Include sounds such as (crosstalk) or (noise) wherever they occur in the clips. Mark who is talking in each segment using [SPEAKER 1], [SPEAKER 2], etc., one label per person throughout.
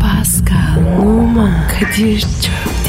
[SPEAKER 1] Pascal, Oman, Kadir çok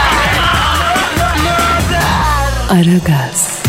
[SPEAKER 1] Aragaz,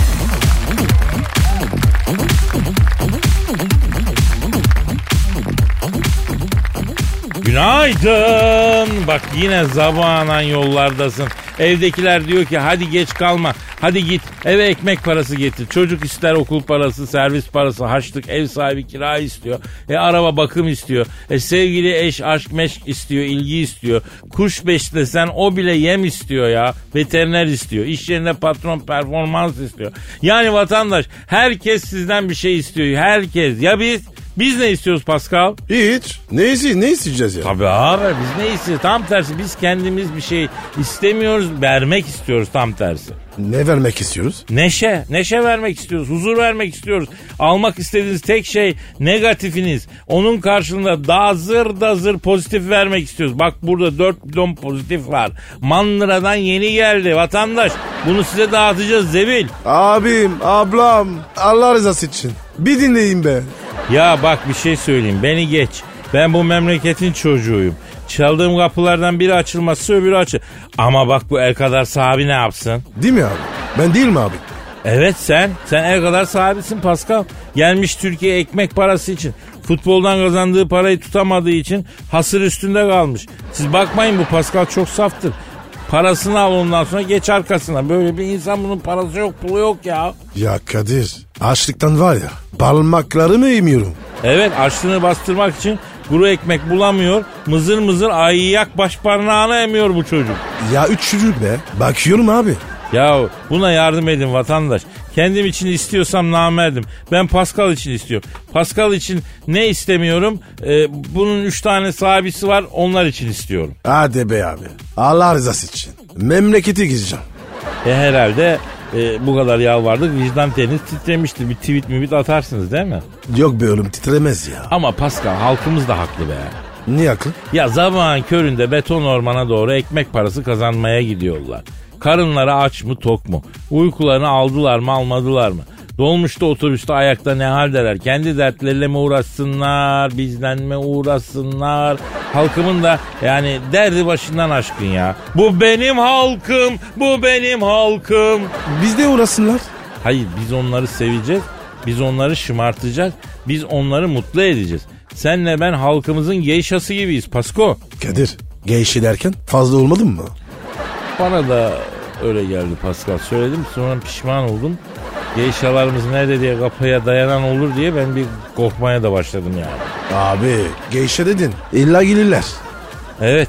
[SPEAKER 2] Günaydın. Bak yine zabanan yollardasın. Evdekiler diyor ki hadi geç kalma. Hadi git eve ekmek parası getir. Çocuk ister okul parası, servis parası, harçlık, ev sahibi kira istiyor. E araba bakım istiyor. E sevgili eş aşk meşk istiyor, ilgi istiyor. Kuş beslesen o bile yem istiyor ya. Veteriner istiyor. İş yerinde patron performans istiyor. Yani vatandaş herkes sizden bir şey istiyor. Herkes. Ya biz? Biz ne istiyoruz Pascal?
[SPEAKER 3] Hiç. Ne, iste- ne isteyeceğiz ya?
[SPEAKER 2] Tabii abi biz ne istiyoruz? Tam tersi biz kendimiz bir şey istemiyoruz, vermek istiyoruz tam tersi.
[SPEAKER 3] Ne vermek istiyoruz?
[SPEAKER 2] Neşe, neşe vermek istiyoruz, huzur vermek istiyoruz. Almak istediğiniz tek şey negatifiniz. Onun karşılığında daha zır da zır pozitif vermek istiyoruz. Bak burada 4 bidon pozitif var. Manlıra'dan yeni geldi vatandaş. Bunu size dağıtacağız Zebil.
[SPEAKER 3] Abim, ablam. Allah rızası için. Bir dinleyin be.
[SPEAKER 2] Ya bak bir şey söyleyeyim beni geç. Ben bu memleketin çocuğuyum. Çaldığım kapılardan biri açılması öbürü açı. Ama bak bu el kadar sahibi ne yapsın?
[SPEAKER 3] Değil mi abi? Ben değil mi abi?
[SPEAKER 2] Evet sen. Sen el kadar sahibisin Pascal. Gelmiş Türkiye ekmek parası için. Futboldan kazandığı parayı tutamadığı için hasır üstünde kalmış. Siz bakmayın bu Pascal çok saftır. Parasını al ondan sonra geç arkasına. Böyle bir insan bunun parası yok pulu yok ya.
[SPEAKER 3] Ya Kadir. Açlıktan var ya. Parmaklarımı yemiyorum.
[SPEAKER 2] Evet açlığını bastırmak için kuru ekmek bulamıyor. Mızır mızır ayıyak başparnağına emiyor bu çocuk.
[SPEAKER 3] Ya üç çocuk be. Bakıyorum abi.
[SPEAKER 2] Ya buna yardım edin vatandaş. Kendim için istiyorsam namerdim. Ben Pascal için istiyorum. Pascal için ne istemiyorum? Ee, bunun üç tane sahibisi var onlar için istiyorum.
[SPEAKER 3] Hadi be abi. Allah rızası için. Memleketi gideceğim.
[SPEAKER 2] E herhalde e, bu kadar yalvardık vicdan teliniz titremiştir. Bir tweet mi atarsınız değil mi?
[SPEAKER 3] Yok be oğlum titremez ya.
[SPEAKER 2] Ama Pascal halkımız da haklı be.
[SPEAKER 3] Niye akıl?
[SPEAKER 2] Ya zaman köründe beton ormana doğru ekmek parası kazanmaya gidiyorlar. Karınları aç mı tok mu? Uykularını aldılar mı almadılar mı? Dolmuşta otobüste ayakta ne haldeler? Kendi dertleriyle mi uğraşsınlar? Bizden mi uğraşsınlar? Halkımın da yani derdi başından aşkın ya. Bu benim halkım, bu benim halkım.
[SPEAKER 3] Biz de uğrasınlar.
[SPEAKER 2] Hayır biz onları seveceğiz. Biz onları şımartacağız. Biz onları mutlu edeceğiz. Senle ben halkımızın geyşası gibiyiz Pasko.
[SPEAKER 3] Kadir. Geyşi derken fazla olmadın mı?
[SPEAKER 2] Bana da öyle geldi Pascal. Söyledim sonra pişman oldum. Geyşalarımız nerede diye kapıya dayanan olur diye ben bir korkmaya da başladım yani.
[SPEAKER 3] Abi geyşe dedin. İlla gelirler.
[SPEAKER 2] Evet.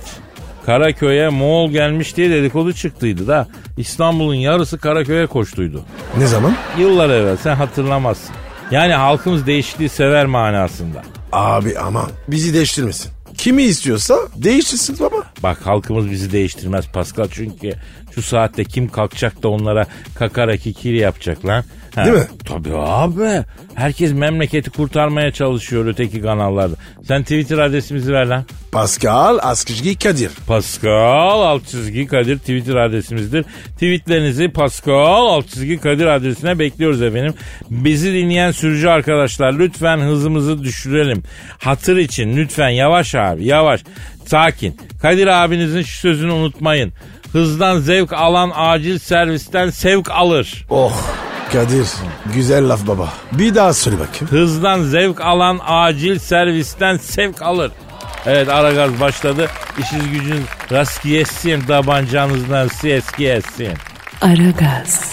[SPEAKER 2] Karaköy'e Moğol gelmiş diye dedikodu çıktıydı da İstanbul'un yarısı Karaköy'e koştuydu.
[SPEAKER 3] Ne zaman?
[SPEAKER 2] Yıllar evvel sen hatırlamazsın. Yani halkımız değişikliği sever manasında.
[SPEAKER 3] Abi aman bizi değiştirmesin. Kimi istiyorsa değiştirsin baba.
[SPEAKER 2] Bak halkımız bizi değiştirmez Pascal çünkü şu saatte kim kalkacak da onlara kakara kikiri yapacak lan. Ha,
[SPEAKER 3] Değil mi?
[SPEAKER 2] Tabii abi. Herkes memleketi kurtarmaya çalışıyor öteki kanallarda. Sen Twitter adresimizi ver lan.
[SPEAKER 3] Pascal Askışgi Kadir.
[SPEAKER 2] Pascal alt çizgi Kadir Twitter adresimizdir. Tweetlerinizi Pascal alt çizgi Kadir adresine bekliyoruz efendim. Bizi dinleyen sürücü arkadaşlar lütfen hızımızı düşürelim. Hatır için lütfen yavaş abi yavaş. Sakin. Kadir abinizin şu sözünü unutmayın. Hızdan zevk alan acil servisten sevk alır.
[SPEAKER 3] Oh Kadir güzel laf baba. Bir daha söyle bakayım.
[SPEAKER 2] Hızdan zevk alan acil servisten sevk alır. Evet Aragaz başladı. İşiniz gücünüz rast gelsin. Tabancanızdan ses gelsin.
[SPEAKER 1] Aragaz,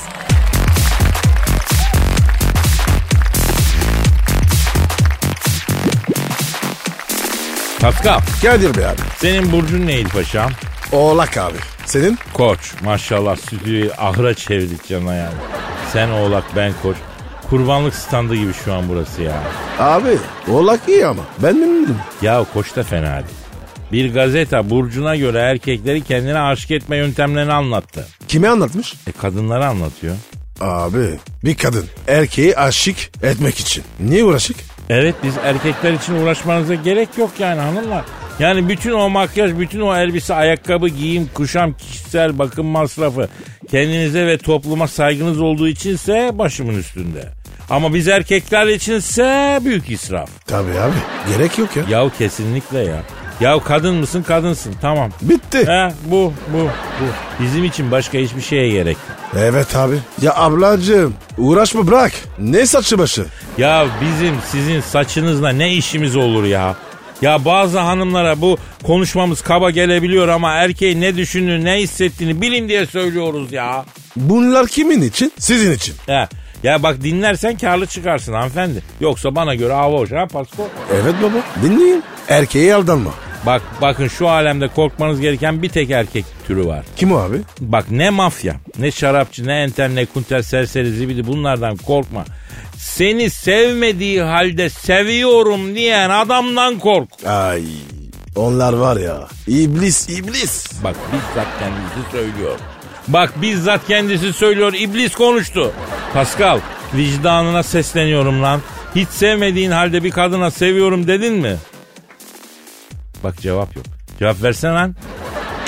[SPEAKER 2] Pascal
[SPEAKER 3] Kadir Bey abi.
[SPEAKER 2] senin burcun neydi paşam?
[SPEAKER 3] Oğlak abi. Senin?
[SPEAKER 2] Koç maşallah stüdyoyu ahıra çevirdik canına yani. Sen oğlak ben koç. Kurbanlık standı gibi şu an burası ya.
[SPEAKER 3] Abi oğlak iyi ama ben memnunum.
[SPEAKER 2] Ya koç da fena değil. Bir gazete burcuna göre erkekleri kendine aşık etme yöntemlerini anlattı.
[SPEAKER 3] Kime anlatmış?
[SPEAKER 2] E kadınları anlatıyor.
[SPEAKER 3] Abi bir kadın erkeği aşık etmek için. Niye uğraşık?
[SPEAKER 2] Evet biz erkekler için uğraşmanıza gerek yok yani hanımlar. Yani bütün o makyaj, bütün o elbise, ayakkabı, giyim, kuşam, kişisel bakım masrafı kendinize ve topluma saygınız olduğu içinse başımın üstünde. Ama biz erkekler içinse büyük israf.
[SPEAKER 3] Tabii abi gerek yok ya.
[SPEAKER 2] Yahu kesinlikle ya. Yahu kadın mısın kadınsın tamam.
[SPEAKER 3] Bitti.
[SPEAKER 2] He bu bu bu. Bizim için başka hiçbir şeye gerek yok.
[SPEAKER 3] Evet abi. Ya ablacığım uğraşma bırak. Ne saçı başı?
[SPEAKER 2] Ya bizim sizin saçınızla ne işimiz olur ya? Ya bazı hanımlara bu konuşmamız kaba gelebiliyor ama erkeğin ne düşündüğünü ne hissettiğini bilin diye söylüyoruz ya.
[SPEAKER 3] Bunlar kimin için? Sizin için.
[SPEAKER 2] He. Ya bak dinlersen karlı çıkarsın hanımefendi. Yoksa bana göre hava hoş ha Pasko.
[SPEAKER 3] Evet baba dinleyin. Erkeğe aldanma.
[SPEAKER 2] Bak bakın şu alemde korkmanız gereken bir tek erkek türü var.
[SPEAKER 3] Kim o abi?
[SPEAKER 2] Bak ne mafya, ne şarapçı, ne enten, ne kunter, serseri, zibidi bunlardan korkma. Seni sevmediği halde seviyorum diyen adamdan kork.
[SPEAKER 3] Ay onlar var ya. İblis iblis.
[SPEAKER 2] Bak bizzat kendisi söylüyor. Bak bizzat kendisi söylüyor. İblis konuştu. Pascal vicdanına sesleniyorum lan. Hiç sevmediğin halde bir kadına seviyorum dedin mi? Bak cevap yok. Cevap versene lan.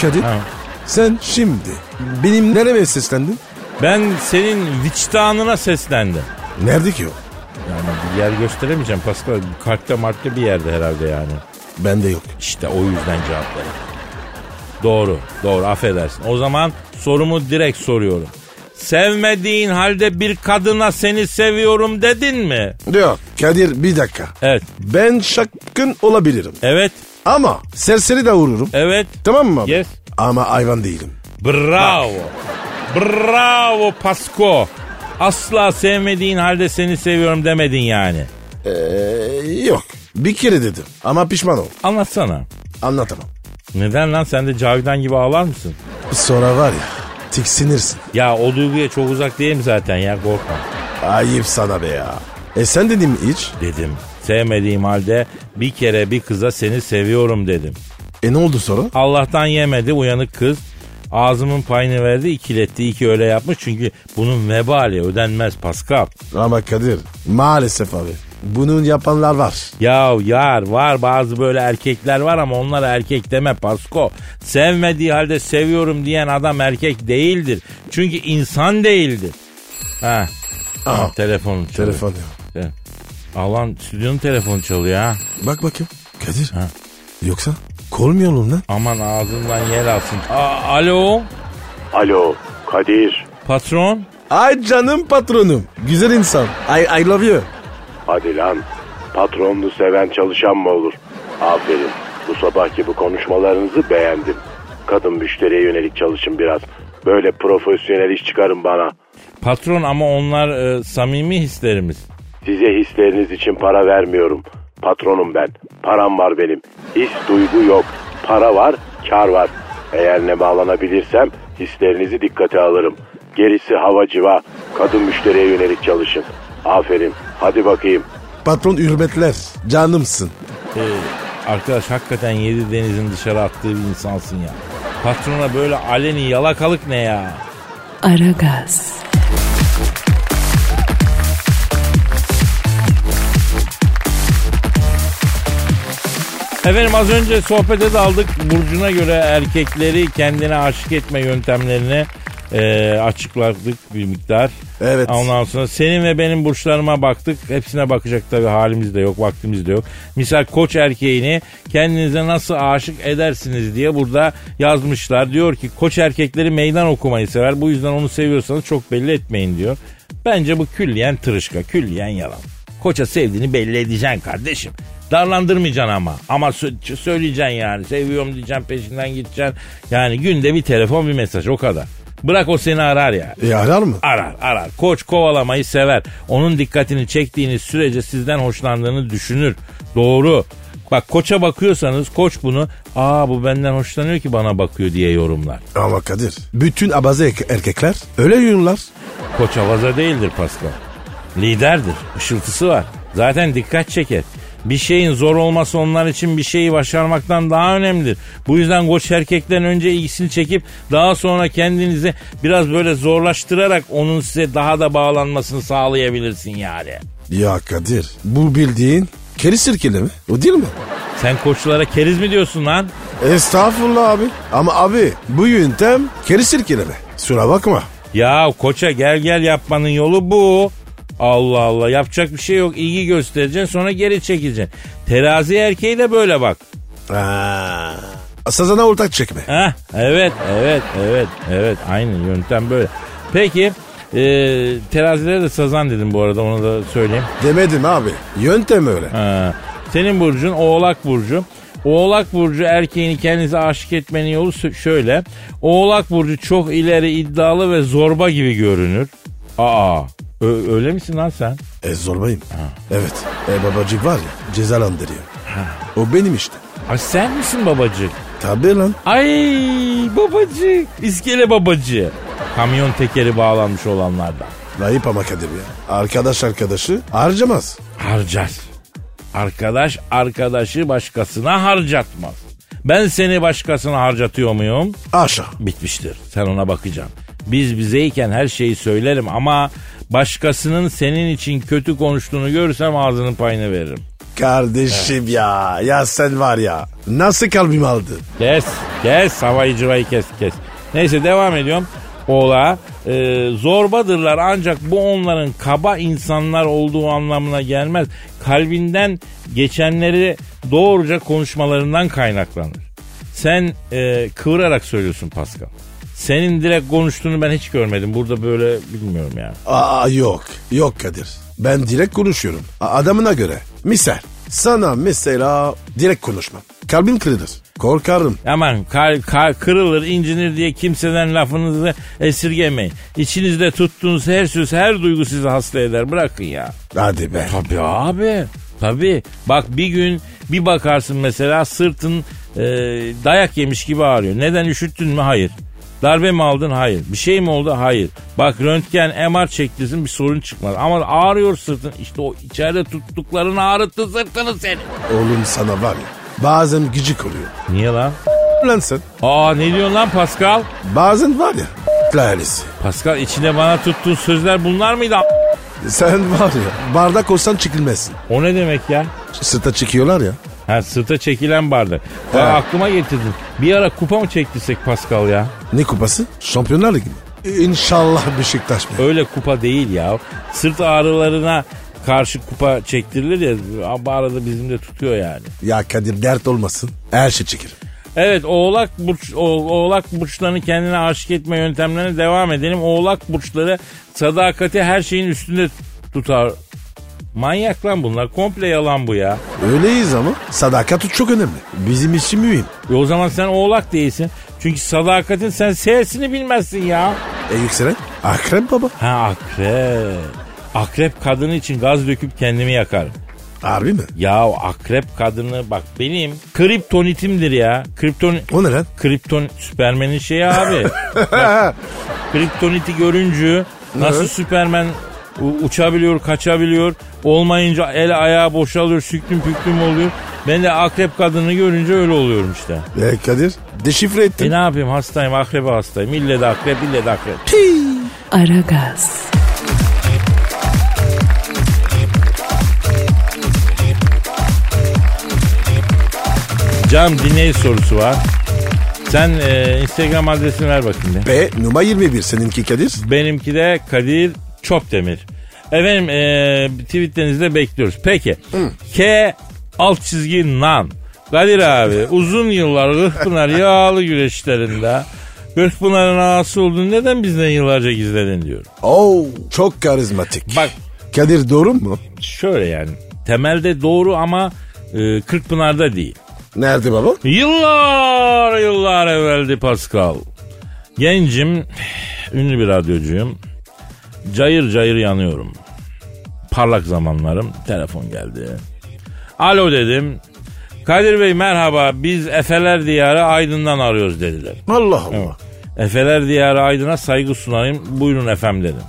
[SPEAKER 3] Kadir
[SPEAKER 2] Ha.
[SPEAKER 3] sen şimdi benim nereye seslendin?
[SPEAKER 2] Ben senin vicdanına seslendim.
[SPEAKER 3] Nerede ki o?
[SPEAKER 2] Yani bir yer gösteremeyeceğim Pascal. Kalpte markta bir yerde herhalde yani.
[SPEAKER 3] Bende yok.
[SPEAKER 2] İşte o yüzden cevapları. Doğru, doğru affedersin. O zaman sorumu direkt soruyorum. Sevmediğin halde bir kadına seni seviyorum dedin mi?
[SPEAKER 3] Yok. Kadir bir dakika.
[SPEAKER 2] Evet,
[SPEAKER 3] Ben şakkın olabilirim.
[SPEAKER 2] evet,
[SPEAKER 3] Ama serseri de vururum.
[SPEAKER 2] evet.
[SPEAKER 3] Tamam mı abi?
[SPEAKER 2] Yes.
[SPEAKER 3] Ama hayvan değilim.
[SPEAKER 2] Bravo. Bravo Pasko. Asla sevmediğin halde seni seviyorum demedin yani.
[SPEAKER 3] Ee, yok. Bir kere dedim. Ama pişman ol.
[SPEAKER 2] Anlatsana.
[SPEAKER 3] Anlatamam.
[SPEAKER 2] Neden lan sen de Cavidan gibi ağlar mısın?
[SPEAKER 3] Sonra var ya tiksinirsin.
[SPEAKER 2] Ya o duyguya çok uzak değilim zaten ya korkma.
[SPEAKER 3] Ayıp sana be ya. E sen dedin mi hiç?
[SPEAKER 2] Dedim. Sevmediğim halde bir kere bir kıza seni seviyorum dedim.
[SPEAKER 3] E ne oldu sonra?
[SPEAKER 2] Allah'tan yemedi uyanık kız. Ağzımın payını verdi ikiletti iki öyle yapmış çünkü bunun vebali ödenmez Pascal.
[SPEAKER 3] Ama Kadir maalesef abi. Bunun yapanlar var.
[SPEAKER 2] Ya yar var bazı böyle erkekler var ama onlara erkek deme Pasko. Sevmediği halde seviyorum diyen adam erkek değildir. Çünkü insan değildir. Ha
[SPEAKER 3] Aha.
[SPEAKER 2] telefonun çalıyor.
[SPEAKER 3] Telefon ya.
[SPEAKER 2] Te- Alan stüdyonun telefonu çalıyor ha.
[SPEAKER 3] Bak bakayım. Kadir.
[SPEAKER 2] Ha.
[SPEAKER 3] Yoksa kolmuyor mu lan?
[SPEAKER 2] Aman ağzından yer alsın. A- Alo
[SPEAKER 4] Alo Kadir.
[SPEAKER 2] patron.
[SPEAKER 3] Ay canım patronum. Güzel insan. I, I love you.
[SPEAKER 4] Hadi lan. Patronunu seven çalışan mı olur? Aferin. Bu sabahki bu konuşmalarınızı beğendim. Kadın müşteriye yönelik çalışın biraz. Böyle profesyonel iş çıkarın bana.
[SPEAKER 2] Patron ama onlar e, samimi hislerimiz.
[SPEAKER 4] Size hisleriniz için para vermiyorum. Patronum ben. Param var benim. His duygu yok. Para var, kar var. Eğer ne bağlanabilirsem hislerinizi dikkate alırım. Gerisi hava civa. Kadın müşteriye yönelik çalışın. Aferin. Hadi bakayım.
[SPEAKER 3] Patron hürmetler. Canımsın.
[SPEAKER 2] E, arkadaş hakikaten yedi denizin dışarı attığı bir insansın ya. Patrona böyle aleni yalakalık ne ya?
[SPEAKER 1] Aragaz,
[SPEAKER 2] Efendim az önce sohbete daldık. Burcuna göre erkekleri kendine aşık etme yöntemlerini e, açıkladık bir miktar.
[SPEAKER 3] Evet.
[SPEAKER 2] Ondan sonra senin ve benim burçlarıma baktık. Hepsine bakacak tabii halimiz de yok, vaktimiz de yok. Misal koç erkeğini kendinize nasıl aşık edersiniz diye burada yazmışlar. Diyor ki koç erkekleri meydan okumayı sever. Bu yüzden onu seviyorsanız çok belli etmeyin diyor. Bence bu külliyen tırışka, külliyen yalan. Koça sevdiğini belli edeceksin kardeşim. Darlandırmayacaksın ama. Ama sö- söyleyeceksin yani. Seviyorum diyeceksin peşinden gideceksin. Yani günde bir telefon bir mesaj o kadar. Bırak o seni arar yani.
[SPEAKER 3] E arar mı?
[SPEAKER 2] Arar arar. Koç kovalamayı sever. Onun dikkatini çektiğiniz sürece sizden hoşlandığını düşünür. Doğru. Bak koça bakıyorsanız koç bunu aa bu benden hoşlanıyor ki bana bakıyor diye yorumlar.
[SPEAKER 3] Ama Kadir. Bütün abaze erke- erkekler öyle yürürler.
[SPEAKER 2] Koç avaza değildir Pascal. Liderdir. Işıltısı var. Zaten dikkat çeker. Bir şeyin zor olması onlar için bir şeyi başarmaktan daha önemlidir. Bu yüzden koç erkekten önce ilgisini çekip daha sonra kendinizi biraz böyle zorlaştırarak onun size daha da bağlanmasını sağlayabilirsin yani.
[SPEAKER 3] Ya Kadir bu bildiğin keri sirkeli mi? O değil mi?
[SPEAKER 2] Sen koçlara keriz mi diyorsun lan?
[SPEAKER 3] Estağfurullah abi. Ama abi bu yöntem keri sirkeleme. Sura bakma.
[SPEAKER 2] Ya koça gel gel yapmanın yolu bu. Allah Allah yapacak bir şey yok. İlgi göstereceksin sonra geri çekileceksin. Terazi erkeği de böyle bak.
[SPEAKER 3] Ha. Sazana ortak çekme.
[SPEAKER 2] Heh, evet evet evet evet aynı yöntem böyle. Peki e, terazilere de sazan dedim bu arada onu da söyleyeyim.
[SPEAKER 3] Demedim abi. Yöntem öyle.
[SPEAKER 2] Ha, Ee, senin burcun Oğlak Burcu. Oğlak Burcu erkeğini kendinize aşık etmenin yolu sö- şöyle. Oğlak Burcu çok ileri iddialı ve zorba gibi görünür. Aa ö- öyle misin lan sen?
[SPEAKER 3] E zorbayım. Evet. E babacık var ya cezalandırıyor. O benim işte.
[SPEAKER 2] Ay sen misin babacık?
[SPEAKER 3] Tabii lan.
[SPEAKER 2] Ay babacık. İskele babacı. Kamyon tekeri bağlanmış olanlardan.
[SPEAKER 3] Layıp ama Kadir ya. Arkadaş arkadaşı harcamaz.
[SPEAKER 2] Harcar. Arkadaş arkadaşı başkasına harcatmaz. Ben seni başkasına harcatıyor muyum?
[SPEAKER 3] Aşağı.
[SPEAKER 2] bitmiştir. Sen ona bakacaksın. Biz bizeyken her şeyi söylerim ama başkasının senin için kötü konuştuğunu görürsem ağzının payını veririm.
[SPEAKER 3] Kardeşim ya. Ya sen var ya. Nasıl kalbimi aldın?
[SPEAKER 2] Kes, kes. Havayı cıvayı kes, kes. Neyse devam ediyorum. Ola zorbadırlar ancak bu onların kaba insanlar olduğu anlamına gelmez. Kalbinden geçenleri doğruca konuşmalarından kaynaklanır. Sen e, kıvırarak söylüyorsun Pascal. Senin direkt konuştuğunu ben hiç görmedim. Burada böyle bilmiyorum yani.
[SPEAKER 3] Aa yok. Yok Kadir. Ben direkt konuşuyorum. A- Adamına göre. Misal. Sana mesela direkt konuşmam. Kalbim kırılır. Korkarım.
[SPEAKER 2] Aman kal- kal- kırılır, incinir diye kimseden lafınızı esirgemeyin. İçinizde tuttuğunuz her söz, her duygu sizi hasta eder. Bırakın ya.
[SPEAKER 3] Hadi be.
[SPEAKER 2] Tabii abi. Tabii. Bak bir gün bir bakarsın mesela sırtın e, dayak yemiş gibi ağrıyor. Neden üşüttün mü? Hayır. Darbe mi aldın? Hayır. Bir şey mi oldu? Hayır. Bak röntgen MR çektirsin bir sorun çıkmaz. Ama ağrıyor sırtın. İşte o içeride tuttukların ağrıttı sırtını seni.
[SPEAKER 3] Oğlum sana var ya. Bazen gıcık oluyor.
[SPEAKER 2] Niye lan?
[SPEAKER 3] Lan sen.
[SPEAKER 2] Aa ne diyorsun lan Pascal?
[SPEAKER 3] Bazen var ya. Lalesi.
[SPEAKER 2] Pascal içinde bana tuttuğun sözler bunlar mıydı? a-
[SPEAKER 3] Sen var ya. Bardak olsan çekilmezsin.
[SPEAKER 2] O ne demek ya?
[SPEAKER 3] Sıta çekiyorlar ya.
[SPEAKER 2] Ha sırta çekilen bardak. Bak
[SPEAKER 3] Evet.
[SPEAKER 2] aklıma getirdin. Bir ara kupa mı çektirsek Pascal ya?
[SPEAKER 3] Ne kupası? Şampiyonlar Ligi mi? İnşallah Beşiktaş mı?
[SPEAKER 2] Öyle kupa değil ya. Sırt ağrılarına karşı kupa çektirilir ya. Ama arada bizim de tutuyor yani.
[SPEAKER 3] Ya Kadir dert olmasın. Her şey çekirim.
[SPEAKER 2] Evet oğlak burç o- oğlak burçlarını kendine aşık etme yöntemlerine devam edelim. Oğlak burçları sadakati her şeyin üstünde tutar. Manyak lan bunlar. Komple yalan bu ya.
[SPEAKER 3] Öyleyiz ama sadakat çok önemli. Bizim için mühim.
[SPEAKER 2] E o zaman sen oğlak değilsin. Çünkü sadakatin sen sesini bilmezsin ya.
[SPEAKER 3] E yükselen? Akrep baba.
[SPEAKER 2] Ha akrep. Akrep kadını için gaz döküp kendimi yakarım.
[SPEAKER 3] Harbi mi?
[SPEAKER 2] Ya akrep kadını bak benim kriptonitimdir ya. Kripton
[SPEAKER 3] O ne lan?
[SPEAKER 2] kripton Süpermen'in şeyi abi. Bak, kriptoniti görünce nasıl
[SPEAKER 3] Evet.
[SPEAKER 2] Süpermen u- uçabiliyor, kaçabiliyor. Olmayınca el ayağı boşalıyor, süklüm püklüm oluyor. Ben de akrep kadını görünce öyle oluyorum işte.
[SPEAKER 3] E Kadir deşifre
[SPEAKER 2] E
[SPEAKER 3] ettin.
[SPEAKER 2] ne yapayım hastayım akrebe hastayım. İlle de akrep ille de akrep.
[SPEAKER 1] Aragaz,
[SPEAKER 2] Cam dinleyici sorusu var. Sen e, Instagram adresini ver bakayım bir.
[SPEAKER 3] Ve numara 21 seninki Kadir.
[SPEAKER 2] Benimki de Kadir Çopdemir. Efendim e, tweetlerinizi de bekliyoruz. Peki. K alt çizgi nan. Kadir abi uzun yıllar Gırkpınar yağlı güreşlerinde Gırkpınar'ın ağası olduğunu neden bizden yıllarca gizledin diyor.
[SPEAKER 3] Oo çok karizmatik.
[SPEAKER 2] Bak
[SPEAKER 3] Kadir doğru mu?
[SPEAKER 2] şöyle yani temelde doğru ama e, Kırkpınar'da değil.
[SPEAKER 3] Nerede baba?
[SPEAKER 2] Yıllar yıllar evveldi Pascal. Gencim, ünlü bir radyocuyum. Cayır cayır yanıyorum. Parlak zamanlarım. Telefon geldi. Alo dedim. Kadir Bey merhaba biz Efeler Diyarı Aydın'dan arıyoruz dediler.
[SPEAKER 3] Allah Allah.
[SPEAKER 2] Efeler Diyarı Aydın'a saygı sunayım. Buyurun efem dedim.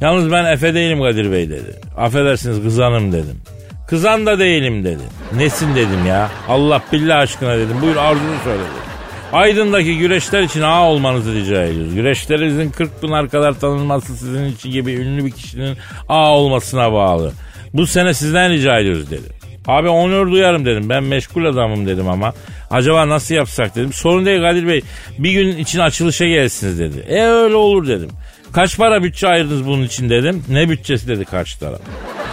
[SPEAKER 2] Yalnız ben Efe değilim Kadir Bey dedi. Affedersiniz kızanım dedim. Kızan da değilim dedi. Nesin dedim ya. Allah billah aşkına dedim. Buyur arzunu söyle dedi. Aydın'daki güreşler için ağa olmanızı rica ediyoruz. Güreşlerinizin 40 pınar kadar tanınması sizin için gibi ünlü bir kişinin ağa olmasına bağlı. Bu sene sizden rica ediyoruz dedi. Abi onur duyarım dedim. Ben meşgul adamım dedim ama. Acaba nasıl yapsak dedim. Sorun değil Kadir Bey. Bir gün için açılışa gelsiniz dedi. E öyle olur dedim. Kaç para bütçe ayırdınız bunun için dedim. Ne bütçesi dedi karşı taraf.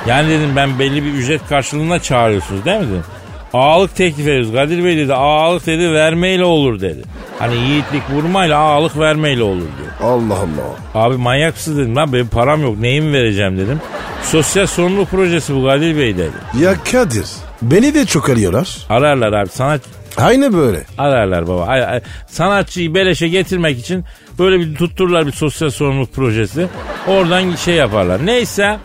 [SPEAKER 2] Yani dedim ben belli bir ücret karşılığında çağırıyorsunuz değil mi dedim. Ağalık teklif ediyoruz. Kadir Bey dedi ağalık dedi vermeyle olur dedi. Hani yiğitlik vurmayla ağalık vermeyle olur diyor.
[SPEAKER 3] Allah Allah.
[SPEAKER 2] Abi manyak mısın dedim lan benim param yok neyimi vereceğim dedim. Sosyal sorumluluk projesi bu Kadir Bey dedi.
[SPEAKER 3] Ya Kadir beni de çok arıyorlar.
[SPEAKER 2] Ararlar abi sanat
[SPEAKER 3] Aynı böyle.
[SPEAKER 2] ararlar baba. Ay- ay- Sanatçıyı beleşe getirmek için böyle bir tuttururlar bir sosyal sorumluluk projesi. Oradan şey yaparlar. Neyse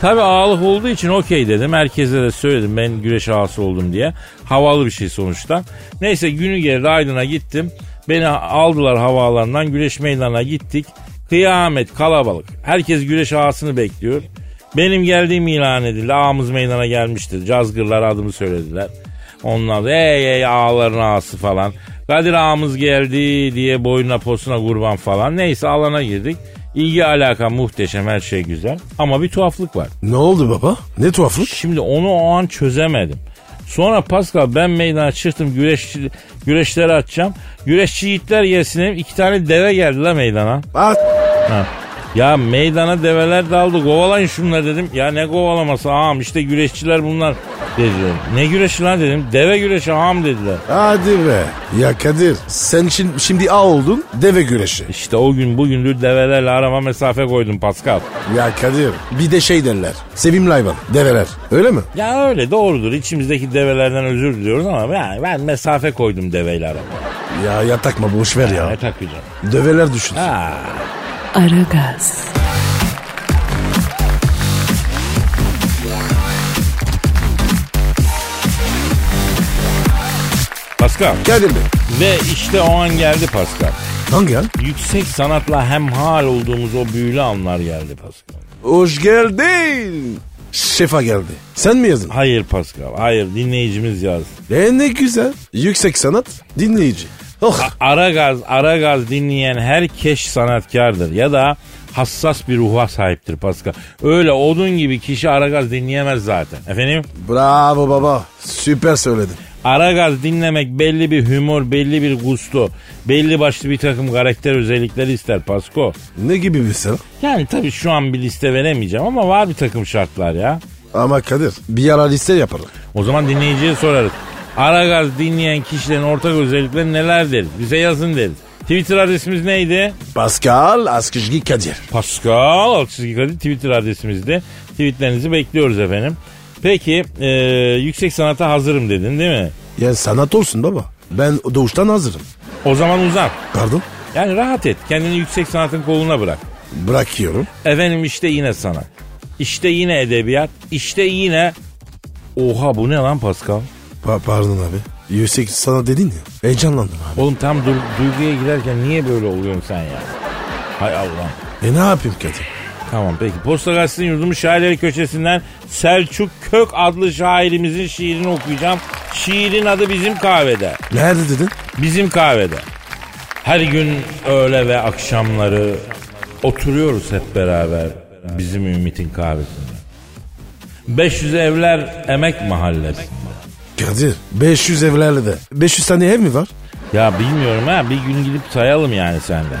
[SPEAKER 2] tabii ağalık olduğu için okey dedim. Herkese de söyledim ben güreş ağası oldum diye. Havalı bir şey sonuçta. Neyse günü geldi Aydın'a gittim. Beni aldılar havaalanından güreş meydanına gittik. Kıyamet kalabalık. Herkes güreş ağasını bekliyor. Benim geldiğim ilan edildi. Ağamız meydana gelmiştir. Cazgırlar adımı söylediler. Onlar da ey ey ağaların ağası falan. Kadir ağamız geldi diye boyuna posuna kurban falan. Neyse alana girdik. İlgi alaka muhteşem her şey güzel. Ama bir tuhaflık var.
[SPEAKER 3] Ne oldu baba? Ne tuhaflık?
[SPEAKER 2] Şimdi onu o an çözemedim. Sonra Pascal ben meydana çıktım güreşçi, güreşleri atacağım. Güreşçi yiğitler gelsin dedim. İki tane deve geldi la meydana.
[SPEAKER 3] Ah,
[SPEAKER 2] Ha. Ya meydana develer daldı kovalayın şunları dedim. Ya ne kovalaması ağam işte güreşçiler bunlar dediler. Ne güreşi lan dedim. Deve güreşi ağam dediler.
[SPEAKER 3] hadi be. Ya Kadir sen şimdi, şimdi A oldun deve güreşi.
[SPEAKER 2] İşte o gün bugündür develerle arama mesafe koydum Pascal.
[SPEAKER 3] Ya Kadir bir de şey derler. Sevimli hayvan develer öyle mi?
[SPEAKER 2] Ya öyle doğrudur. İçimizdeki develerden özür diliyoruz ama ben, ben mesafe koydum deveyle arama.
[SPEAKER 3] Ya ya takma boş ver
[SPEAKER 2] Ne
[SPEAKER 3] ya.
[SPEAKER 2] takacağım?
[SPEAKER 3] Develer düşün.
[SPEAKER 2] Ha.
[SPEAKER 1] Aragaz,
[SPEAKER 2] Pascal.
[SPEAKER 3] Kadir Bey
[SPEAKER 2] Ve işte o an geldi Pascal.
[SPEAKER 3] hangi an?
[SPEAKER 2] Yüksek sanatla hemhal olduğumuz o büyülü anlar geldi Pascal.
[SPEAKER 3] Hoş geldin. Şefa geldi. Sen mi yazdın?
[SPEAKER 2] Hayır Pascal, hayır dinleyicimiz yazdı.
[SPEAKER 3] E ne güzel. Yüksek sanat dinleyici. Oh
[SPEAKER 2] Aragaz, Aragaz dinleyen her keş sanatkardır ya da hassas bir ruha sahiptir Pascal. Öyle odun gibi kişi Aragaz dinleyemez zaten. Efendim?
[SPEAKER 3] bravo baba. Süper söyledin.
[SPEAKER 2] Aragaz dinlemek belli bir humor, belli bir gusto, belli başlı bir takım karakter özellikleri ister Pasko.
[SPEAKER 3] Ne gibi bir sanat?
[SPEAKER 2] Yani tabii şu an bir liste veremeyeceğim ama var bir takım şartlar ya.
[SPEAKER 3] Ama Kadir bir ara liste yapalım.
[SPEAKER 2] O zaman dinleyiciye sorarız. Aragaz dinleyen kişilerin ortak özellikleri neler deriz? Bize yazın deriz. Twitter adresimiz neydi?
[SPEAKER 3] Pascal Askışgi Kadir.
[SPEAKER 2] Pascal Alçızgi Kadir Twitter adresimizde. Tweetlerinizi bekliyoruz efendim. Peki e, yüksek sanata hazırım dedin değil mi?
[SPEAKER 3] Ya sanat olsun baba. Ben doğuştan hazırım.
[SPEAKER 2] O zaman uzan.
[SPEAKER 3] Pardon?
[SPEAKER 2] Yani rahat et. Kendini yüksek sanatın koluna bırak.
[SPEAKER 3] Bırakıyorum.
[SPEAKER 2] Efendim işte yine sanat. İşte yine edebiyat. İşte yine... Oha bu ne lan Pascal?
[SPEAKER 3] Pa- pardon abi. Yüksek sanat dedin ya. Heyecanlandım abi.
[SPEAKER 2] Oğlum tam du- duyguya girerken niye böyle oluyorsun sen ya? Hay Allah.
[SPEAKER 3] E ne yapayım Kadir?
[SPEAKER 2] Tamam peki. Posta Gazetesi'nin yurdumun şairleri köşesinden Selçuk Kök adlı şairimizin şiirini okuyacağım. Şiirin adı Bizim Kahvede.
[SPEAKER 3] Nerede dedin?
[SPEAKER 2] Bizim kahvede. Her gün öğle ve akşamları oturuyoruz hep beraber bizim Ümit'in kahvesinde. 500 evler emek mahallesi.
[SPEAKER 3] Kadir 500 evlerde. 500 tane ev mi var?
[SPEAKER 2] Ya bilmiyorum ha bir gün gidip sayalım yani sende.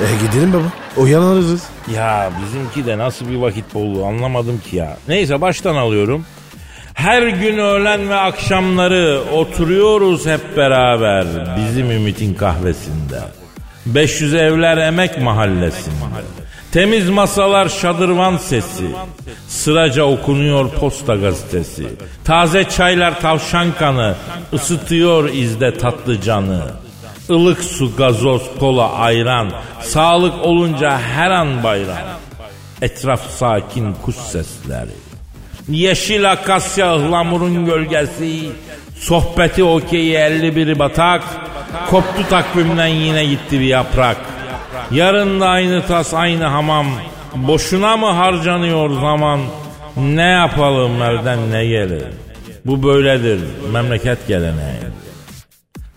[SPEAKER 3] E gidelim baba. O yanarız.
[SPEAKER 2] Ya bizimki de nasıl bir vakit bolluğu anlamadım ki ya. Neyse baştan alıyorum. Her gün öğlen ve akşamları oturuyoruz hep beraber bizim Ümit'in kahvesinde. 500 evler emek mahallesi. Temiz masalar şadırvan sesi. Sıraca okunuyor posta gazetesi. Taze çaylar tavşan kanı. ısıtıyor izde tatlı canı. Ilık su, gazoz, kola, ayran. Sağlık olunca her an bayram. Etraf sakin kuş sesleri. Yeşil akasya ıhlamurun gölgesi. Sohbeti okeyi 51 batak. Koptu takvimden yine gitti bir yaprak. Yarın da aynı tas aynı hamam. Boşuna mı harcanıyor zaman? Ne yapalım nereden ne gelir? Bu böyledir memleket geleneği.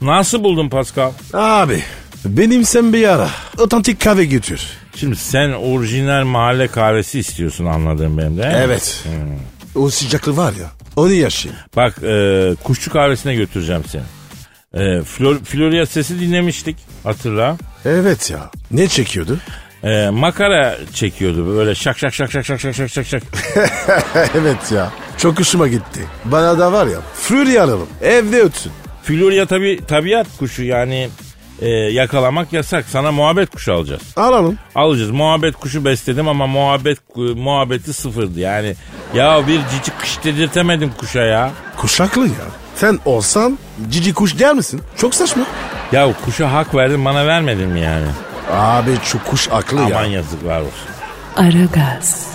[SPEAKER 2] Nasıl buldun Pascal?
[SPEAKER 3] Abi benim sen bir ara. Otantik kahve götür.
[SPEAKER 2] Şimdi sen orijinal mahalle kahvesi istiyorsun anladığım benim değil mi?
[SPEAKER 3] Evet. O sıcaklığı var ya. Onu yaşayayım.
[SPEAKER 2] Bak e, kuşçu kahvesine götüreceğim seni. E, Flor, Florya sesi dinlemiştik hatırla.
[SPEAKER 3] Evet ya. Ne çekiyordu?
[SPEAKER 2] E, makara çekiyordu böyle şak şak şak şak şak şak şak
[SPEAKER 3] (laughs)
[SPEAKER 2] şak şak.
[SPEAKER 3] evet ya. Çok hoşuma gitti. Bana da var ya. Fury alalım. Evde ötsün.
[SPEAKER 2] Florya tabi tabiat kuşu yani e, yakalamak yasak. Sana muhabbet kuşu alacağız.
[SPEAKER 3] Alalım.
[SPEAKER 2] Alacağız. Muhabbet kuşu besledim ama muhabbet muhabbeti sıfırdı. Yani ya bir cici kış dedirtemedim kuşa ya.
[SPEAKER 3] Kuşaklı ya. Sen olsan cici kuş der misin? Çok saçma.
[SPEAKER 2] Ya kuşa hak verdin bana vermedin mi yani?
[SPEAKER 3] Abi şu kuş aklı
[SPEAKER 2] Aman
[SPEAKER 3] ya.
[SPEAKER 2] yazıklar olsun.
[SPEAKER 1] Aragaz,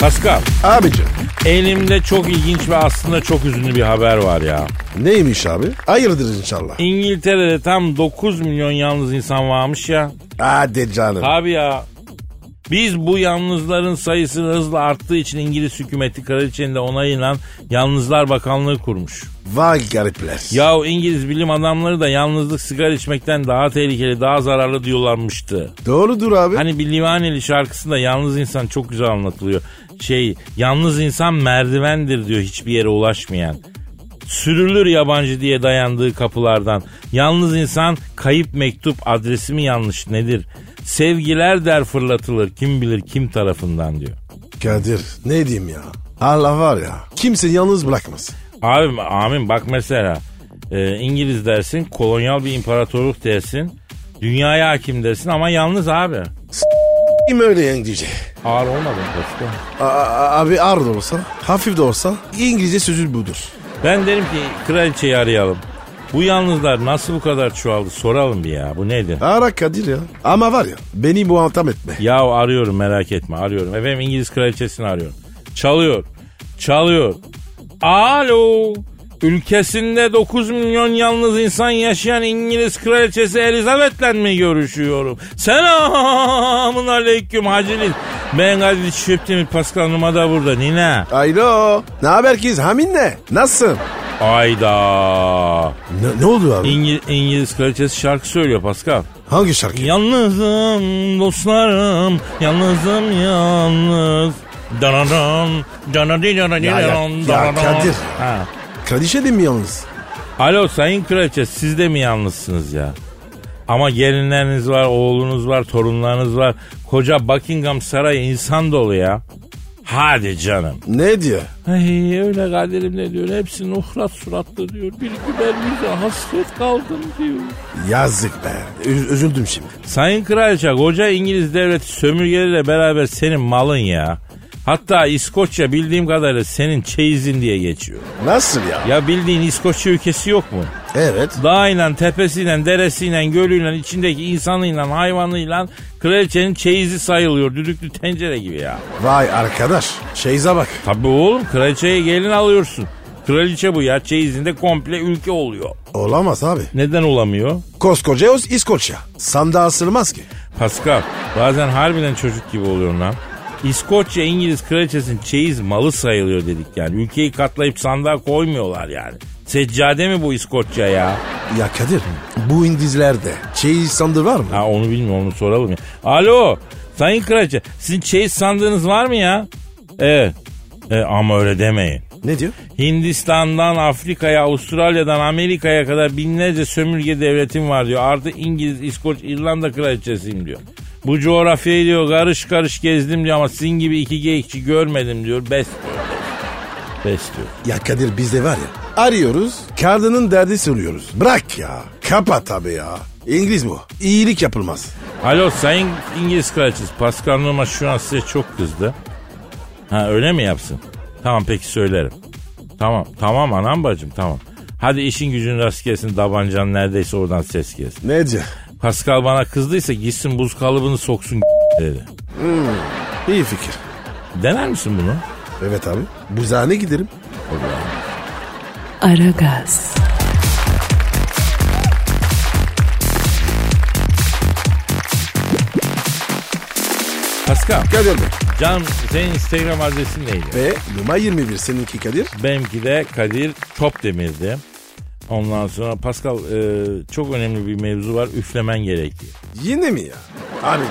[SPEAKER 2] Pascal
[SPEAKER 3] Abicim.
[SPEAKER 2] elimde çok ilginç ve aslında çok üzünlü bir haber var ya.
[SPEAKER 3] Neymiş abi? Hayırdır inşallah.
[SPEAKER 2] İngiltere'de tam 9 milyon yalnız insan varmış ya.
[SPEAKER 3] Hadi canım.
[SPEAKER 2] Abi ya. Biz bu yalnızların sayısı hızla arttığı için İngiliz hükümeti kraliçenin de onayıyla Yalnızlar Bakanlığı kurmuş.
[SPEAKER 3] Vay garipler.
[SPEAKER 2] Yahu İngiliz bilim adamları da yalnızlık sigara içmekten daha tehlikeli, daha zararlı diyorlarmıştı.
[SPEAKER 3] Doğrudur abi.
[SPEAKER 2] Hani bir Livaneli şarkısında yalnız insan çok güzel anlatılıyor. Şey, yalnız insan merdivendir diyor hiçbir yere ulaşmayan. Sürülür yabancı diye dayandığı kapılardan. Yalnız insan kayıp mektup adresi mi yanlış nedir? Sevgiler der fırlatılır kim bilir kim tarafından diyor.
[SPEAKER 3] Kadir ne diyeyim ya. Allah var ya. Kimse yalnız bırakmaz.
[SPEAKER 2] Abim amin bak mesela e, İngiliz dersin kolonyal bir imparatorluk dersin dünyaya hakim dersin ama yalnız abi.
[SPEAKER 3] Kim öyle yengeci?
[SPEAKER 2] Ağır olmadı mı Pascal?
[SPEAKER 3] A- a- Abi ağır da olsa, hafif de olsa İngilizce sözü budur.
[SPEAKER 2] Ben derim ki kraliçeyi arayalım. Bu yalnızlar nasıl bu kadar çoğaldı soralım bir ya bu nedir?
[SPEAKER 3] Ara Kadir ya. Ama var ya beni bu antam etme.
[SPEAKER 2] Ya arıyorum merak etme arıyorum. Efendim İngiliz kraliçesini arıyorum. Çalıyor. Çalıyor. Alo. Ülkesinde 9 milyon yalnız insan yaşayan İngiliz kraliçesi Elizabeth'le mi görüşüyorum? Selamun aleyküm hacilin. Ben Kadir Çöptemir Pascal Numa da burada Nina.
[SPEAKER 3] Alo. Ne haber kız? Hamin ne? Nasılsın?
[SPEAKER 2] Ayda.
[SPEAKER 3] Ne, ne oldu abi?
[SPEAKER 2] İngi- İngiliz kraliçesi şarkı söylüyor Pascal.
[SPEAKER 3] Hangi şarkı?
[SPEAKER 2] Yalnızım dostlarım, yalnızım yalnız. Danadan, danadi danadi
[SPEAKER 3] Ya, ya,
[SPEAKER 2] danan,
[SPEAKER 3] ya
[SPEAKER 2] danan.
[SPEAKER 3] Kadir.
[SPEAKER 2] Ha.
[SPEAKER 3] Kraliçe de mi yalnız?
[SPEAKER 2] Alo Sayın Kraliçe siz de mi yalnızsınız ya? Ama gelinleriniz var, oğlunuz var, torunlarınız var. Koca Buckingham Sarayı insan dolu ya. Hadi canım.
[SPEAKER 3] Ne diyor?
[SPEAKER 2] Ay öyle kaderim ne diyor. Hepsi nuhrat suratlı diyor. Bir güler yüze hasret kaldım diyor.
[SPEAKER 3] Yazık be. Üz- üzüldüm şimdi.
[SPEAKER 2] Sayın Kraliçe koca İngiliz devleti sömürgeleriyle beraber senin malın ya. Hatta İskoçya bildiğim kadarıyla senin çeyizin diye geçiyor.
[SPEAKER 3] Nasıl ya?
[SPEAKER 2] Ya bildiğin İskoçya ülkesi yok mu?
[SPEAKER 3] Evet.
[SPEAKER 2] Dağıyla, tepesiyle, deresiyle, gölüyle, içindeki insanıyla, hayvanıyla kraliçenin çeyizi sayılıyor. Düdüklü tencere gibi ya.
[SPEAKER 3] Vay arkadaş. Şeyize bak.
[SPEAKER 2] Tabii oğlum kraliçeye gelin alıyorsun. Kraliçe bu ya çeyizinde komple ülke oluyor.
[SPEAKER 3] Olamaz abi.
[SPEAKER 2] Neden olamıyor?
[SPEAKER 3] Koskoca Oz İskoçya. Sandığa sığmaz ki.
[SPEAKER 2] Pascal bazen harbiden çocuk gibi oluyor lan. İskoçya İngiliz kraliçesinin çeyiz malı sayılıyor dedik yani. Ülkeyi katlayıp sandığa koymuyorlar yani. Seccade mi bu İskoçya ya?
[SPEAKER 3] Ya Kadir bu indizlerde çeyiz sandığı var mı?
[SPEAKER 2] Ha onu bilmiyorum onu soralım ya. Alo sayın kraliçe sizin çeyiz sandığınız var mı ya? Evet. E, ama öyle demeyin.
[SPEAKER 3] Ne diyor?
[SPEAKER 2] Hindistan'dan Afrika'ya, Avustralya'dan Amerika'ya kadar binlerce sömürge devletim var diyor. Artı İngiliz, İskoç, İrlanda kraliçesiyim diyor. Bu coğrafyayı diyor karış karış gezdim diyor ama sizin gibi iki geyikçi görmedim diyor. Best diyor. Best diyor.
[SPEAKER 3] Ya Kadir bizde var ya arıyoruz karnının derdi soruyoruz. Bırak ya kapat abi ya. İngiliz bu. İyilik yapılmaz.
[SPEAKER 2] Alo sayın İngiliz kraliçesi Pascal Numa şu an size çok kızdı. Ha öyle mi yapsın? Tamam peki söylerim. Tamam tamam anam bacım tamam. Hadi işin gücün rast gelsin tabancan neredeyse oradan ses gelsin.
[SPEAKER 3] Ne diyor?
[SPEAKER 2] Pascal bana kızdıysa gitsin buz kalıbını soksun (laughs) dedi.
[SPEAKER 3] İyi fikir.
[SPEAKER 2] Dener misin bunu?
[SPEAKER 3] Evet abi. Buzağına giderim.
[SPEAKER 1] Aragaz.
[SPEAKER 2] Pascal.
[SPEAKER 3] Kadir Bey.
[SPEAKER 2] Can senin Instagram adresin neydi?
[SPEAKER 3] Ve Numa 21 seninki Kadir.
[SPEAKER 2] Benimki de Kadir Topdemir'di. Ondan sonra Pascal e, çok önemli bir mevzu var. Üflemen gerekiyor.
[SPEAKER 3] Yine mi ya? Abi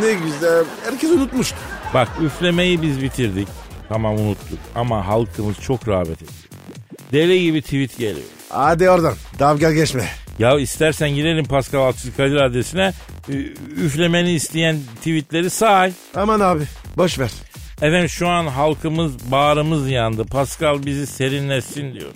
[SPEAKER 3] ne güzel. Herkes unutmuştu.
[SPEAKER 2] Bak üflemeyi biz bitirdik. Tamam unuttuk. Ama halkımız çok rağbet ediyor. Deli gibi tweet geliyor.
[SPEAKER 3] Hadi oradan. Dalga geçme.
[SPEAKER 2] Ya istersen girelim Pascal Altçı Kadir adresine. Ü- Üflemeni isteyen tweetleri say.
[SPEAKER 3] Aman abi. Boş ver.
[SPEAKER 2] Efendim şu an halkımız bağrımız yandı. Pascal bizi serinlesin diyor.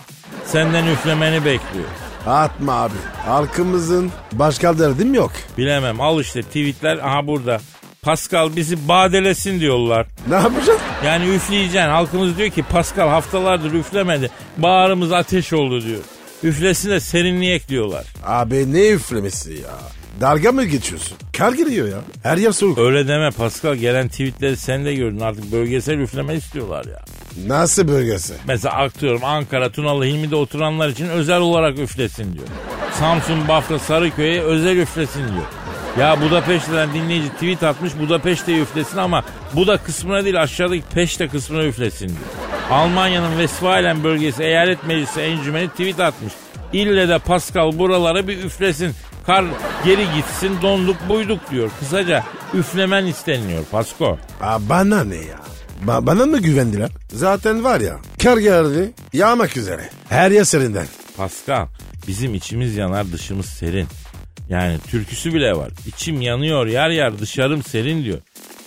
[SPEAKER 2] Senden üflemeni bekliyor.
[SPEAKER 3] Atma abi. Halkımızın başka derdim yok.
[SPEAKER 2] Bilemem al işte tweetler aha burada. Pascal bizi badelesin diyorlar.
[SPEAKER 3] Ne yapacağız?
[SPEAKER 2] Yani üfleyeceksin. Halkımız diyor ki Pascal haftalardır üflemedi. Bağrımız ateş oldu diyor. Üflesin de serinleyek diyorlar.
[SPEAKER 3] Abi ne üflemesi ya? Dalga mı geçiyorsun? Kar giriyor ya. Her yer soğuk.
[SPEAKER 2] Öyle deme Pascal gelen tweetleri sen de gördün artık bölgesel üfleme istiyorlar ya.
[SPEAKER 3] Nasıl bölgesi?
[SPEAKER 2] Mesela aktıyorum Ankara, Tunalı, Hilmi'de oturanlar için özel olarak üflesin diyor. Samsun, Bafra, Sarıköy'e özel üflesin diyor. Ya Budapeşte'den dinleyici tweet atmış Budapeşte'yi üflesin ama bu da kısmına değil aşağıdaki Peşte kısmına üflesin diyor. Almanya'nın Westfalen bölgesi eyalet meclisi encümeni tweet atmış. İlle de Pascal buralara bir üflesin. Kar geri gitsin donduk buyduk diyor. Kısaca üflemen isteniyor Pasko.
[SPEAKER 3] Aa, bana ne ya? Ba- bana mı güvendiler? Zaten var ya. Kar geldi. Yağmak üzere. Her yer serinden.
[SPEAKER 2] Pascal bizim içimiz yanar dışımız serin. Yani türküsü bile var. İçim yanıyor yer yer dışarım serin diyor.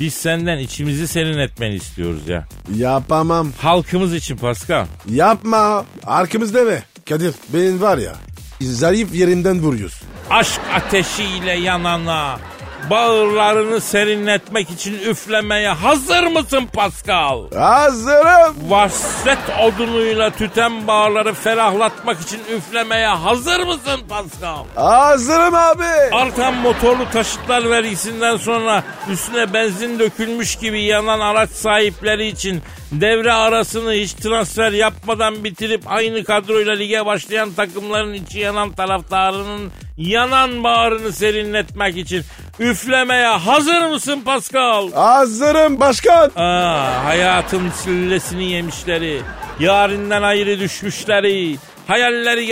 [SPEAKER 2] Biz senden içimizi serin etmeni istiyoruz ya.
[SPEAKER 3] Yapamam.
[SPEAKER 2] Halkımız için Pascal.
[SPEAKER 3] Yapma. Arkamız deme. Kadir benim var ya. Zarif yerinden vuruyorsun.
[SPEAKER 2] Aşk ateşiyle yanana bağırlarını serinletmek için üflemeye hazır mısın Pascal?
[SPEAKER 3] Hazırım.
[SPEAKER 2] Vasret odunuyla tüten bağları ferahlatmak için üflemeye hazır mısın Pascal?
[SPEAKER 3] Hazırım abi.
[SPEAKER 2] Artan motorlu taşıtlar vergisinden sonra üstüne benzin dökülmüş gibi yanan araç sahipleri için devre arasını hiç transfer yapmadan bitirip aynı kadroyla lige başlayan takımların içi yanan taraftarının yanan bağrını serinletmek için üflemeye hazır mısın Pascal?
[SPEAKER 3] Hazırım başkan.
[SPEAKER 2] Aa, hayatın sillesini yemişleri, yarından ayrı düşmüşleri, hayalleri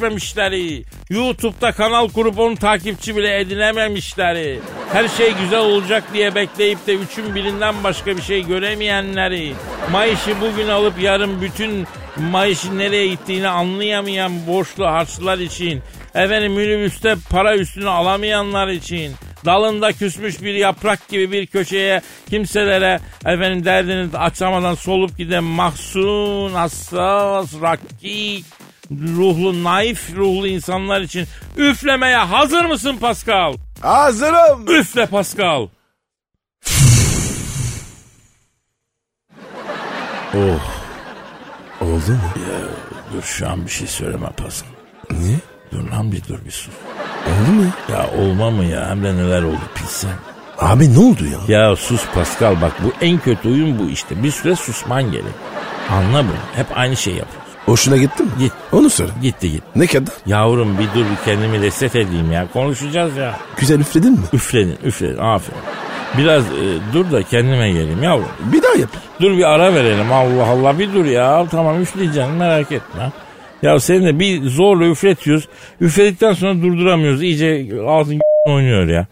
[SPEAKER 2] gerçekleşmemişleri, YouTube'da kanal kurup onu takipçi bile edinememişleri, her şey güzel olacak diye bekleyip de üçün birinden başka bir şey göremeyenleri, Mayış'ı bugün alıp yarın bütün Mayış'ın nereye gittiğini anlayamayan borçlu harçlar için, efendim minibüste para üstünü alamayanlar için, Dalında küsmüş bir yaprak gibi bir köşeye kimselere efendim derdini açamadan solup giden mahzun, hassas, rakik, ruhlu, naif ruhlu insanlar için üflemeye hazır mısın Pascal?
[SPEAKER 3] Hazırım.
[SPEAKER 2] Üfle Pascal.
[SPEAKER 3] Oldu mu?
[SPEAKER 2] Oh, Dur şu an bir şey söyleme Pascal.
[SPEAKER 3] Niye?
[SPEAKER 2] Dur lan bir dur bir sus.
[SPEAKER 3] Oldu mu?
[SPEAKER 2] Ya olma mı ya hem de neler oldu pilsen.
[SPEAKER 3] Abi ne oldu ya?
[SPEAKER 2] Ya sus Pascal bak bu en kötü oyun bu işte. Bir süre susman gerek. Anla bunu. Hep aynı şey yapıyorsun.
[SPEAKER 3] Hoşuna gitti mi?
[SPEAKER 2] Git.
[SPEAKER 3] Onu söyle.
[SPEAKER 2] Gitti git.
[SPEAKER 3] Ne kadar?
[SPEAKER 2] Yavrum bir dur bir kendimi reset edeyim ya. Konuşacağız ya.
[SPEAKER 3] Güzel üfledin mi?
[SPEAKER 2] Üfledin üfledin aferin. Biraz e, dur da kendime geleyim yavrum.
[SPEAKER 3] Bir daha yap.
[SPEAKER 2] Dur bir ara verelim Allah Allah bir dur ya. Tamam üfleyeceksin merak etme. Ya seni de bir zorla üfletiyoruz. Üfledikten sonra durduramıyoruz. İyice ağzın (laughs) oynuyor ya.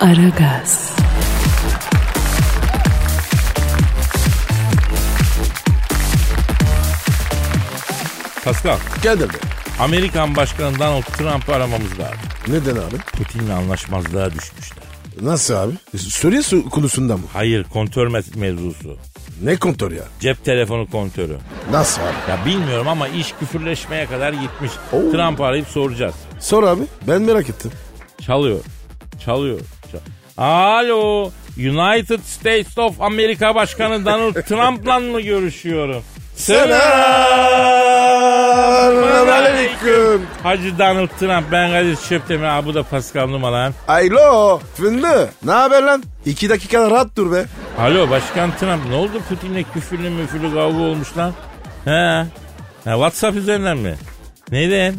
[SPEAKER 1] Aragaz,
[SPEAKER 2] Pascal,
[SPEAKER 3] Kadir Bey.
[SPEAKER 2] Amerikan Başkanı Donald Trump'ı aramamız lazım.
[SPEAKER 3] Neden abi?
[SPEAKER 2] Putin'le anlaşmazlığa düşmüşler.
[SPEAKER 3] Nasıl abi? Suriye su- konusunda mı?
[SPEAKER 2] Hayır kontör me- mevzusu.
[SPEAKER 3] Ne kontör ya?
[SPEAKER 2] Cep telefonu kontörü.
[SPEAKER 3] Nasıl abi?
[SPEAKER 2] Ya bilmiyorum ama iş küfürleşmeye kadar gitmiş.
[SPEAKER 3] Oo.
[SPEAKER 2] Trump arayıp soracağız.
[SPEAKER 3] Sor abi. Ben merak ettim.
[SPEAKER 2] Çalıyor. Çalıyor. Çal- Alo. United States of America Başkanı Donald Trump'la mı görüşüyorum?
[SPEAKER 3] Selamünaleyküm.
[SPEAKER 2] Hacı Donald Trump ben Kadir Çöptemir abi bu da Pascal Numalan.
[SPEAKER 3] Alo. Fındı. Ne haber lan? İki dakikada rahat dur be.
[SPEAKER 2] Alo Başkan Trump ne oldu Putin'le küfürlü müfürlü kavga olmuş lan? He. He, WhatsApp üzerinden mi? Neden?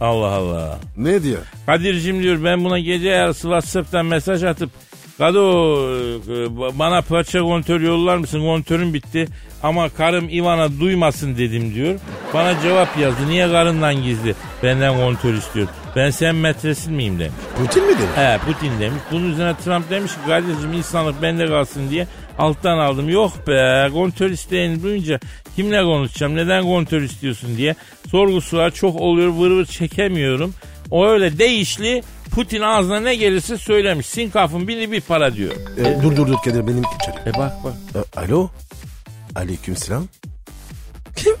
[SPEAKER 2] Allah Allah.
[SPEAKER 3] Ne diyor?
[SPEAKER 2] Kadir'cim diyor ben buna gece yarısı Whatsapp'tan mesaj atıp Kado e, bana parça kontör yollar mısın? Kontörüm bitti ama karım Ivan'a duymasın dedim diyor. Bana cevap yazdı. Niye karından gizli? Benden kontör istiyor. Ben sen metresin miyim demiş.
[SPEAKER 3] Putin mi dedi?
[SPEAKER 2] He Putin demiş. Bunun üzerine Trump demiş ki kardeşim insanlık bende kalsın diye alttan aldım. Yok be kontör isteğini duyunca kimle konuşacağım neden kontör istiyorsun diye. Sorgu sual çok oluyor vır vır çekemiyorum. O öyle değişli Putin ağzına ne gelirse söylemiş. Sinkafın biri bir para diyor.
[SPEAKER 3] E, dur dur dur Kadir benim içeri.
[SPEAKER 2] E bak bak.
[SPEAKER 3] E, alo? Aleyküm selam. Kim?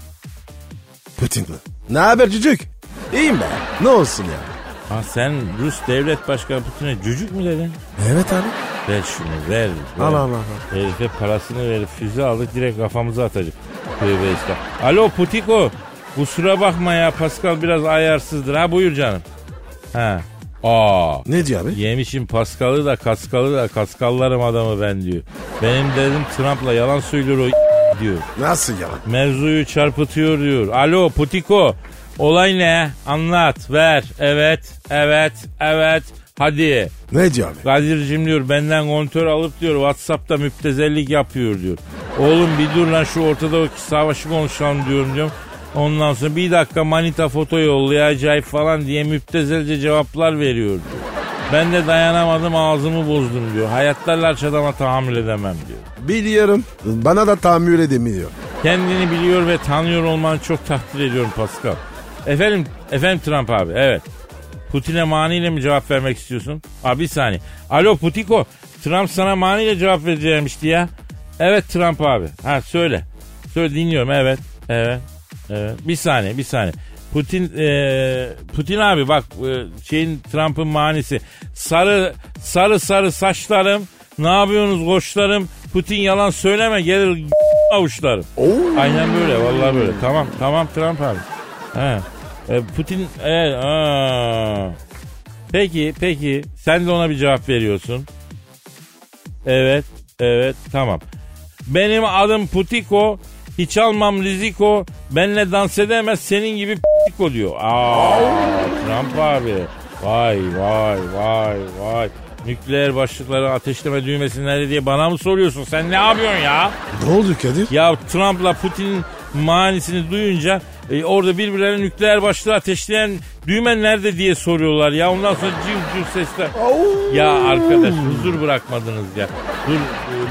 [SPEAKER 3] Putin mi? Ne haber cücük? İyiyim be. Ne olsun ya?
[SPEAKER 2] Ha sen Rus devlet başkanı Putin'e cücük mü dedin?
[SPEAKER 3] Evet abi.
[SPEAKER 2] Ver şunu ver. ver.
[SPEAKER 3] Al al al. al.
[SPEAKER 2] Herife parasını verip füze aldık direkt kafamıza atacak. Tövbe estağfurullah. Alo Putiko. Kusura bakma ya Pascal biraz ayarsızdır. Ha buyur canım. Ha. Aa.
[SPEAKER 3] Ne diyor abi?
[SPEAKER 2] Yemişim Paskal'ı da Kaskal'ı da Kaskallarım adamı ben diyor. Benim dedim Trump'la yalan söylüyor o diyor.
[SPEAKER 3] Nasıl yalan?
[SPEAKER 2] Mevzuyu çarpıtıyor diyor. Alo Putiko. Olay ne? Anlat, ver. Evet, evet, evet. Hadi.
[SPEAKER 3] Ne diyor abi?
[SPEAKER 2] Kadir'cim diyor benden kontör alıp diyor Whatsapp'ta müptezellik yapıyor diyor. Oğlum bir dur lan şu ortadaki savaşı konuşalım diyorum diyorum. Ondan sonra bir dakika manita foto yollayacak falan diye müptezelce cevaplar veriyor diyor. Ben de dayanamadım ağzımı bozdum diyor. Hayatta larç adama tahammül edemem diyor.
[SPEAKER 3] Biliyorum. Bana da tahammül edemiyor.
[SPEAKER 2] Kendini biliyor ve tanıyor olmanı çok takdir ediyorum Pascal. Efendim, efendim Trump abi evet. Putin'e maniyle mi cevap vermek istiyorsun? Abi bir saniye. Alo Putiko, Trump sana maniyle cevap vereceğimişti ya. Evet Trump abi. Ha söyle. Söyle dinliyorum evet. Evet. Evet. Bir saniye bir saniye. Putin eee, Putin abi bak eee, şeyin Trump'ın manisi. Sarı sarı sarı saçlarım. Ne yapıyorsunuz koçlarım? Putin yalan söyleme gelir avuçlarım.
[SPEAKER 3] Oo.
[SPEAKER 2] Aynen böyle vallahi böyle. Tamam tamam Trump abi. He. E, Putin e, aa. Peki peki sen de ona bir cevap veriyorsun. Evet evet tamam. Benim adım Putiko. Hiç almam riziko. Benle dans edemez senin gibi p***ko diyor. Aa, Trump abi. Vay vay vay vay. Nükleer başlıkları ateşleme düğmesi nerede diye bana mı soruyorsun? Sen ne yapıyorsun ya?
[SPEAKER 3] Ne oldu Kadir?
[SPEAKER 2] Ya Trump'la Putin'in manisini duyunca e, orada birbirlerine nükleer başlığı ateşleyen düğme nerede diye soruyorlar ya. Ondan sonra cıv cıv sesler. Ya arkadaş huzur bırakmadınız ya. Dur e,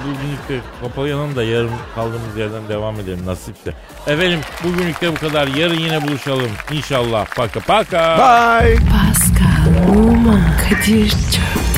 [SPEAKER 2] bugünlük de kapayalım da yarın kaldığımız yerden devam edelim nasipse. Efendim bugünlük de bu kadar. Yarın yine buluşalım inşallah. Paka paka.
[SPEAKER 3] Bye.
[SPEAKER 1] Pascal, Oman, Kadir çok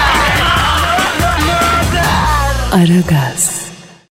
[SPEAKER 1] Aragaz.